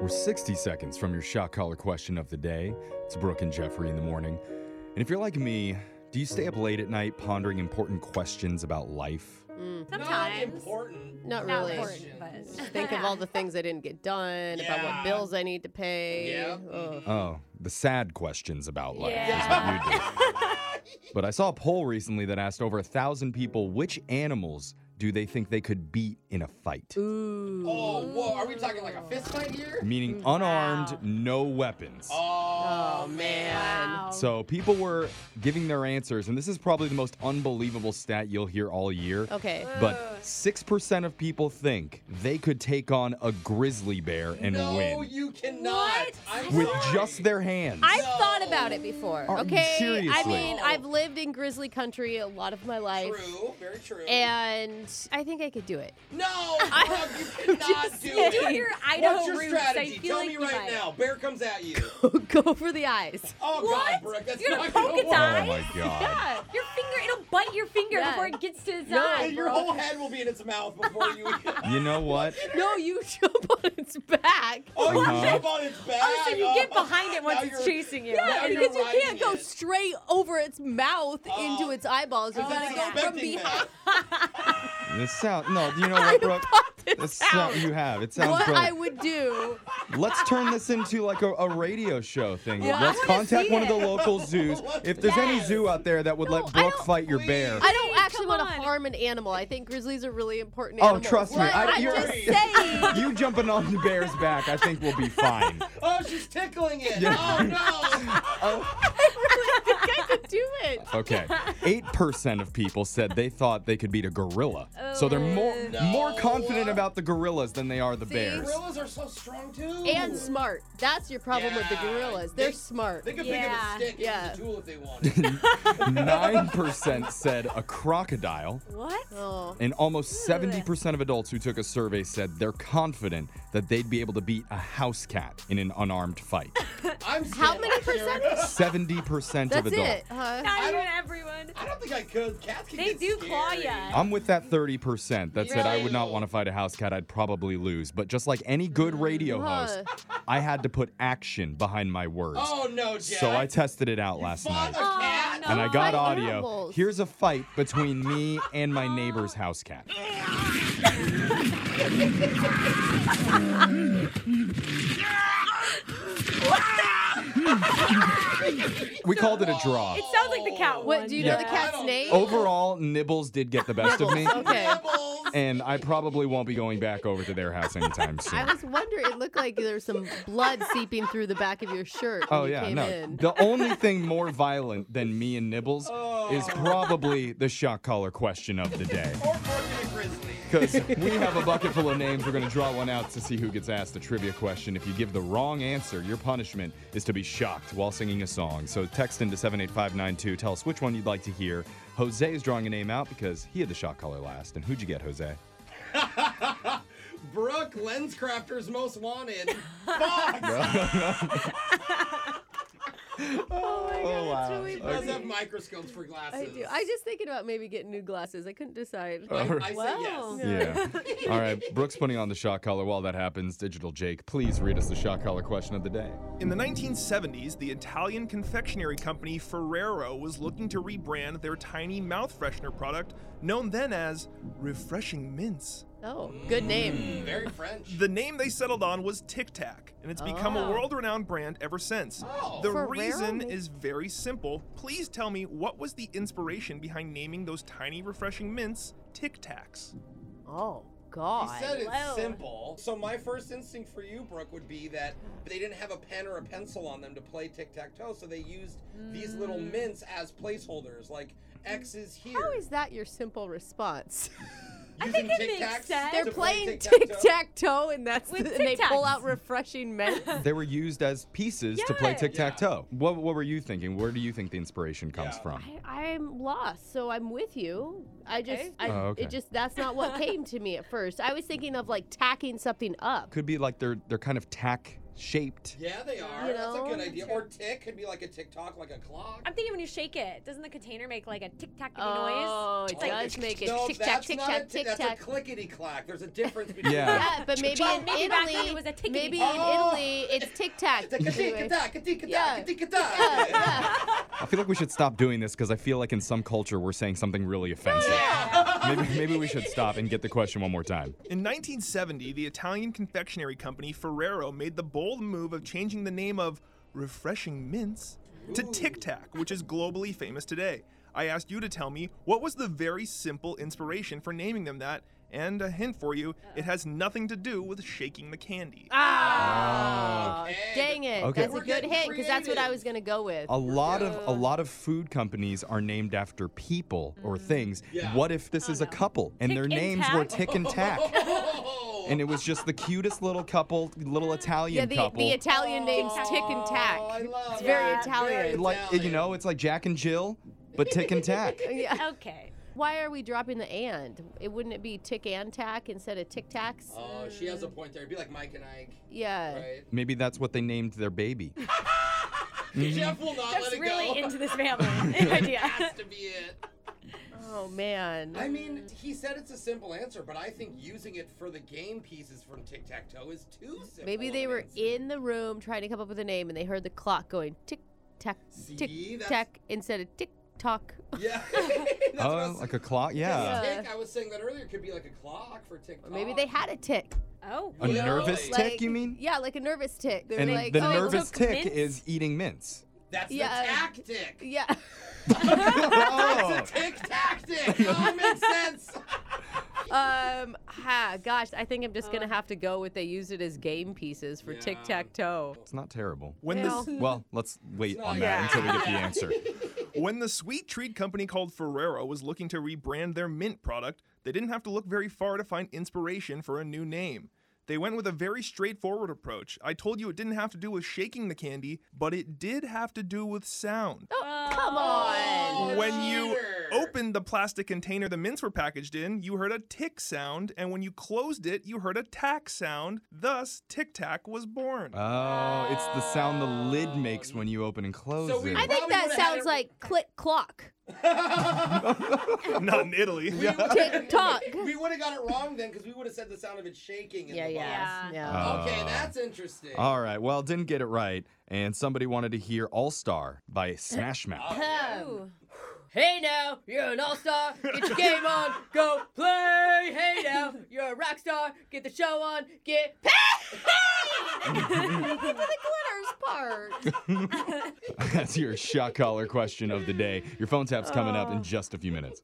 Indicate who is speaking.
Speaker 1: We're 60 seconds from your shot caller question of the day. It's Brooke and Jeffrey in the morning. And if you're like me, do you stay up late at night pondering important questions about life?
Speaker 2: Not
Speaker 3: Sometimes.
Speaker 2: important.
Speaker 3: Not
Speaker 4: Not
Speaker 3: really.
Speaker 4: important, but
Speaker 3: Think of all the things I didn't get done, about
Speaker 2: Yeah. Mm-hmm.
Speaker 3: what bills I need to pay.
Speaker 2: Yeah.
Speaker 3: Ugh.
Speaker 1: Oh, the sad questions about life
Speaker 4: Yeah.
Speaker 1: is what you do. but I saw a poll recently that asked over a thousand people which animals do they think they could beat in a fight?
Speaker 3: Ooh.
Speaker 2: Oh, whoa. Are we talking like a fist fight here?
Speaker 1: Meaning unarmed,
Speaker 4: Mm, Wow.
Speaker 1: no weapons.
Speaker 2: Oh,
Speaker 3: Oh,
Speaker 2: man.
Speaker 4: Wow.
Speaker 1: So people were giving their answers, and this is probably the most unbelievable stat you'll hear all year.
Speaker 3: Okay.
Speaker 1: But 6% of people think they could take on a grizzly bear and
Speaker 2: no,
Speaker 1: win
Speaker 2: you cannot.
Speaker 4: What?
Speaker 2: I'm
Speaker 1: with
Speaker 2: sorry.
Speaker 1: just their hands.
Speaker 4: I've
Speaker 2: No.
Speaker 4: thought about it before.
Speaker 1: Are you
Speaker 3: okay. I
Speaker 1: seriously?
Speaker 3: mean, I've lived in grizzly country a lot of my life.
Speaker 2: True. Very true.
Speaker 3: And I think I could do it.
Speaker 2: no, Bob, you cannot do
Speaker 4: Do
Speaker 2: it.
Speaker 4: your Idaho
Speaker 2: What's your
Speaker 4: roots.
Speaker 2: strategy?
Speaker 4: I feel
Speaker 2: Tell
Speaker 4: like
Speaker 2: me
Speaker 4: you
Speaker 2: right
Speaker 4: might.
Speaker 2: now. Bear comes at you.
Speaker 3: Go for the eyes.
Speaker 2: Oh God,
Speaker 4: What?
Speaker 2: Brooke, that's
Speaker 4: You're gonna
Speaker 2: not
Speaker 4: poke its
Speaker 2: work.
Speaker 1: eye?
Speaker 4: eyes?
Speaker 1: Oh, my God.
Speaker 4: Yeah, your finger, it'll bite your finger
Speaker 3: Yeah.
Speaker 4: before it gets to its
Speaker 3: Yeah,
Speaker 4: eye.
Speaker 2: And your
Speaker 4: bro.
Speaker 2: whole head will be in its mouth before you.
Speaker 1: you know what?
Speaker 3: No, you jump on its back.
Speaker 2: oh, you
Speaker 1: Uh-huh.
Speaker 2: jump on its back.
Speaker 4: Oh, so you get
Speaker 2: Oh,
Speaker 4: behind it
Speaker 2: now
Speaker 4: once
Speaker 2: you're-
Speaker 4: it's chasing you.
Speaker 2: Yeah. Now you're
Speaker 3: because you
Speaker 2: riding
Speaker 3: can't go
Speaker 2: it.
Speaker 3: straight over its mouth
Speaker 2: Oh.
Speaker 3: into its eyeballs. You
Speaker 2: I was
Speaker 3: gotta go from
Speaker 2: expecting
Speaker 3: behind.
Speaker 2: that.
Speaker 1: This sound. No, you know what, Brooke? The sound you have. It sounds
Speaker 3: What I
Speaker 1: brilliant.
Speaker 3: would do.
Speaker 1: Let's turn this into like a, a radio show thing.
Speaker 3: Yeah, I
Speaker 1: Let's
Speaker 3: wanna
Speaker 1: contact
Speaker 4: see
Speaker 1: one of the
Speaker 4: it.
Speaker 1: local zoos. If there's any
Speaker 4: Yes.
Speaker 1: zoo out there that would let
Speaker 3: I
Speaker 1: Brooke
Speaker 3: don't-
Speaker 1: fight your bear,
Speaker 3: I don't
Speaker 4: Hey,
Speaker 3: actually
Speaker 4: come
Speaker 3: want to
Speaker 4: on.
Speaker 3: harm an animal. I think grizzlies are really important
Speaker 1: Oh,
Speaker 3: animals.
Speaker 1: trust me,
Speaker 3: What?
Speaker 1: I-
Speaker 3: I'm
Speaker 1: you're-
Speaker 3: just saying.
Speaker 1: you jumping on the bear's back, I think we'll be fine.
Speaker 2: Oh, she's tickling it.
Speaker 1: Yeah.
Speaker 2: Oh no.
Speaker 3: I could do it.
Speaker 1: Okay. 8% of people said they thought they could beat a gorilla. so
Speaker 3: Oh.
Speaker 1: they're more
Speaker 2: No.
Speaker 1: more confident about the gorillas than they are the bears.
Speaker 2: Gorillas are so strong too.
Speaker 3: And smart. That's your problem with the
Speaker 2: Yeah.
Speaker 3: gorillas. They're
Speaker 2: They-
Speaker 3: smart.
Speaker 2: They could
Speaker 4: Yeah.
Speaker 2: pick up a stick
Speaker 3: Yeah.
Speaker 2: and use a tool if they wanted.
Speaker 1: 9% said a crocodile.
Speaker 4: What?
Speaker 3: oh.
Speaker 1: And almost 70% of adults who took a survey said they're confident that they'd be able to beat a house cat in an unarmed fight.
Speaker 2: I'm
Speaker 3: How
Speaker 2: scared.
Speaker 3: many percent?
Speaker 1: 70% of
Speaker 3: That's
Speaker 1: adults.
Speaker 3: it. Huh?
Speaker 4: Not
Speaker 2: I
Speaker 4: even
Speaker 2: don't-
Speaker 4: everyone.
Speaker 2: I don't think I could. Cats can
Speaker 4: They
Speaker 2: get
Speaker 4: do
Speaker 2: scary.
Speaker 4: claw ya.
Speaker 1: I'm with that 30% that said I would not
Speaker 2: Really?
Speaker 1: want to fight a house cat. I'd probably lose. But just like any good radio host, I had to put action behind my words.
Speaker 2: Oh no, Jack.
Speaker 1: So I tested it out last
Speaker 2: Fought
Speaker 1: night.
Speaker 2: a cat.
Speaker 4: no.
Speaker 1: And I
Speaker 3: Oh,
Speaker 1: got
Speaker 3: my
Speaker 1: audio.
Speaker 3: apples.
Speaker 1: Here's a fight between me and my neighbor's house cat. we called it a draw.
Speaker 4: It sounds like the cat
Speaker 3: What
Speaker 4: one.
Speaker 3: do you
Speaker 1: Yeah.
Speaker 3: know the
Speaker 2: cat-
Speaker 3: cat's
Speaker 2: I don't
Speaker 3: name?
Speaker 1: Oh. Overall, Nibbles did get the best of me.
Speaker 3: Okay.
Speaker 2: Nibbles.
Speaker 1: And I probably won't be going back over to their house anytime soon.
Speaker 3: I was wondering. It looked like there was some blood seeping through the back of your shirt. When
Speaker 1: Oh
Speaker 3: you
Speaker 1: yeah,
Speaker 3: came
Speaker 1: no.
Speaker 3: In.
Speaker 1: The only thing more violent than me and Nibbles is
Speaker 3: Oh.
Speaker 1: probably the shock collar question of the day.
Speaker 2: Or Morgan a grizzly.
Speaker 1: Because we have a bucket full of names. We're going to draw one out to see who gets asked a trivia question. If you give the wrong answer, your punishment is to be shocked while singing a song. So text into 78592. Tell us which one you'd like to hear. Jose is drawing a name out because he had the shock collar last. And who'd you get, Jose?
Speaker 2: Brooke, Lenscrafters Most Wanted. Fox.
Speaker 3: Oh my
Speaker 1: Oh,
Speaker 3: god,
Speaker 1: wow.
Speaker 3: it's really
Speaker 1: Okay.
Speaker 2: Does
Speaker 3: funny.
Speaker 2: have microscopes for glasses.
Speaker 3: I do. I was just thinking about maybe getting new glasses. I couldn't decide.
Speaker 1: All
Speaker 2: I
Speaker 1: right.
Speaker 2: say
Speaker 4: Wow.
Speaker 2: yes.
Speaker 1: Yeah. All right. Brooks putting on the shock collar. While that happens, Digital Jake, please read us the shock collar question of the day.
Speaker 5: In the 1970s, the Italian confectionery company Ferrero was looking to rebrand their tiny mouth freshener product, known then as Refreshing Mints.
Speaker 3: Oh, good name.
Speaker 1: Mm.
Speaker 2: Very French.
Speaker 5: The name they settled on was Tic Tac, and it's become
Speaker 3: Oh.
Speaker 5: a world renowned brand ever since.
Speaker 2: Oh.
Speaker 5: The
Speaker 3: Ferrero
Speaker 5: reason
Speaker 3: makes-
Speaker 5: is very simple. Please tell me what was the inspiration behind naming those tiny refreshing mints Tic Tacs?
Speaker 3: Oh
Speaker 2: He
Speaker 3: god.
Speaker 2: said it's
Speaker 4: Wow.
Speaker 2: simple. So my first instinct for you, Brooke, would be that they didn't have a pen or a pencil on them to play tic-tac-toe, so they used these little mints as placeholders, like X is here.
Speaker 3: How is that your simple response?
Speaker 4: I think
Speaker 2: Using
Speaker 4: it
Speaker 2: tic-tacs
Speaker 4: makes sense.
Speaker 3: They're
Speaker 2: to
Speaker 3: playing
Speaker 2: play
Speaker 3: tic
Speaker 2: tic-tac-toe?
Speaker 3: tac toe, and that's
Speaker 4: With
Speaker 3: the, and they pull
Speaker 4: tic-tacs.
Speaker 3: out refreshing men.
Speaker 1: They were used as pieces to play
Speaker 4: Yeah.
Speaker 1: tic tac toe. What, what were you thinking? Where do you think the inspiration comes
Speaker 2: Yeah.
Speaker 1: from?
Speaker 3: I, I'm lost, so I'm with you. I just,
Speaker 4: Okay.
Speaker 3: I,
Speaker 1: Oh, okay.
Speaker 3: it just that's not what came to me at first. I was thinking of like tacking something up.
Speaker 1: Could be like they're they're kind of tack shaped.
Speaker 2: Yeah, they are.
Speaker 3: You
Speaker 2: That's a
Speaker 3: know?
Speaker 2: good idea. Or tick could be like a tick tock, like a clock.
Speaker 4: I'm thinking when you shake it, doesn't the container make like a tic tac noise?
Speaker 6: Oh, it
Speaker 4: It's like-
Speaker 6: does make it
Speaker 2: no,
Speaker 6: tick tack,
Speaker 2: that's
Speaker 6: tick
Speaker 2: not a
Speaker 6: tack,
Speaker 2: tick.
Speaker 6: tick
Speaker 2: That's
Speaker 6: tack.
Speaker 2: a clickety clack. There's a difference between.
Speaker 1: Yeah.
Speaker 3: Yeah, but maybe
Speaker 4: Well,
Speaker 3: in
Speaker 4: maybe back then
Speaker 3: Italy,
Speaker 4: it was a tickety-
Speaker 3: maybe
Speaker 2: Oh.
Speaker 3: in Italy, it's tic tac.
Speaker 2: Ticka-ticka-tack,
Speaker 3: Yeah.
Speaker 2: ticka-ticka-tack.
Speaker 1: I feel like we should stop doing this because I feel like in some culture we're saying something really offensive. Maybe, maybe we should stop and get the question one more time.
Speaker 5: In 1970, the Italian confectionery company Ferrero made the bold move of changing the name of refreshing mints to Tic Tac, which is globally famous today. I asked you to tell me what was the very simple inspiration for naming them that, and a hint for you, it has nothing to do with shaking the candy.
Speaker 3: Ah,
Speaker 2: Okay.
Speaker 3: dang it!
Speaker 1: Okay.
Speaker 3: That's
Speaker 1: We're
Speaker 3: a good
Speaker 2: getting
Speaker 3: hint because that's what I
Speaker 2: creative.
Speaker 3: was gonna go with.
Speaker 1: A lot of a lot of food companies are named after people or things.
Speaker 2: Yeah.
Speaker 1: What if this is a couple and
Speaker 4: Mm. Oh, Tick
Speaker 1: their
Speaker 4: and
Speaker 1: names
Speaker 4: tack.
Speaker 1: were Tick and Tack,
Speaker 2: Oh.
Speaker 1: and it was just the cutest little couple, little Italian
Speaker 3: yeah, the,
Speaker 1: couple.
Speaker 3: the Italian name's Tick and Tack.
Speaker 2: Oh, I love
Speaker 3: It's
Speaker 2: it.
Speaker 3: very
Speaker 2: Yeah,
Speaker 3: Italian.
Speaker 1: like you
Speaker 2: Italian.
Speaker 1: know, it's like Jack and Jill, but Tick and Tack.
Speaker 3: Yeah.
Speaker 4: Okay.
Speaker 3: Why are we dropping the and? It wouldn't it be tick and tack instead of tic tacs?
Speaker 2: Oh, she has a point there. It'd be like Mike and Ike,
Speaker 3: yeah.
Speaker 2: right?
Speaker 1: Maybe that's what they named their baby. Mm-hmm.
Speaker 2: Jeff will not let
Speaker 4: Jeff's
Speaker 2: it
Speaker 4: really
Speaker 2: go.
Speaker 4: into this family idea.
Speaker 2: has to be it.
Speaker 3: Oh man.
Speaker 2: I mean, he said it's a simple answer, but I think using it for the game pieces from Tic Tac Toe is too simple.
Speaker 3: Maybe they
Speaker 2: of an
Speaker 3: were
Speaker 2: answer.
Speaker 3: in the room trying to come up with a name and they heard the clock going tick tack tick
Speaker 2: See, that's-
Speaker 3: tack instead of tick tock.
Speaker 2: Yeah. That's what I
Speaker 1: Oh,
Speaker 2: was-
Speaker 1: like a clock.
Speaker 2: Yeah.
Speaker 1: Yeah.
Speaker 2: Tick, I was saying that earlier. It could be like a clock for Tic Tac.
Speaker 3: Or maybe they had a tick.
Speaker 4: Oh.
Speaker 1: A
Speaker 2: Yeah.
Speaker 1: nervous tick,
Speaker 2: Like-
Speaker 1: you mean?
Speaker 3: Yeah, like a nervous tick. They were
Speaker 1: And
Speaker 3: like,
Speaker 1: the
Speaker 3: oh,
Speaker 1: nervous
Speaker 4: took
Speaker 1: tick
Speaker 4: mints?
Speaker 1: is eating mints.
Speaker 2: That's
Speaker 3: Yeah.
Speaker 2: the tactic.
Speaker 3: yeah.
Speaker 1: oh,
Speaker 2: It's a Tic tactic. Oh, it makes sense.
Speaker 3: Um, ha, gosh, I think I'm just gonna have to go with they use it as game pieces for
Speaker 2: Yeah. Oh.
Speaker 3: tic tac toe.
Speaker 1: it's not terrible.
Speaker 5: When
Speaker 3: Well.
Speaker 5: the,
Speaker 1: Well, let's wait
Speaker 2: not
Speaker 1: on that
Speaker 2: bad.
Speaker 1: until we get the answer.
Speaker 5: when the sweet treat company called Ferrero was looking to rebrand their mint product, they didn't have to look very far to find inspiration for a new name. They went with a very straightforward approach. I told you it didn't have to do with shaking the candy, but it did have to do with sound.
Speaker 3: Come on.
Speaker 5: when you
Speaker 2: cheater.
Speaker 5: opened the plastic container the mints were packaged in, you heard a tick sound, and when you closed it, you heard a tack sound. Thus, Tic Tac was born.
Speaker 1: Oh, it's the sound the lid makes when you open and close
Speaker 2: So we-
Speaker 1: it.
Speaker 3: I think
Speaker 2: Probably
Speaker 3: that
Speaker 2: would've had
Speaker 3: sounds
Speaker 2: it-
Speaker 3: like click clock.
Speaker 5: Not in Italy.
Speaker 3: Tick tock.
Speaker 2: We would have got it wrong then because we would have said the sound of it shaking. In
Speaker 3: Yeah,
Speaker 2: the box.
Speaker 3: yeah.
Speaker 4: Yeah.
Speaker 3: Yeah.
Speaker 2: Okay,
Speaker 1: Uh,
Speaker 2: that's interesting.
Speaker 1: All right. Well, didn't get it right, and somebody wanted to hear "All Star" by Smash Mouth.
Speaker 3: Um, Hey now, you're an all star. Get your game on, go play. Hey now, you're a rock star. Get the show on, get paid. Get to the glitters part.
Speaker 1: That's your shot collar question of the day. Your phone tap's coming up in just a few minutes.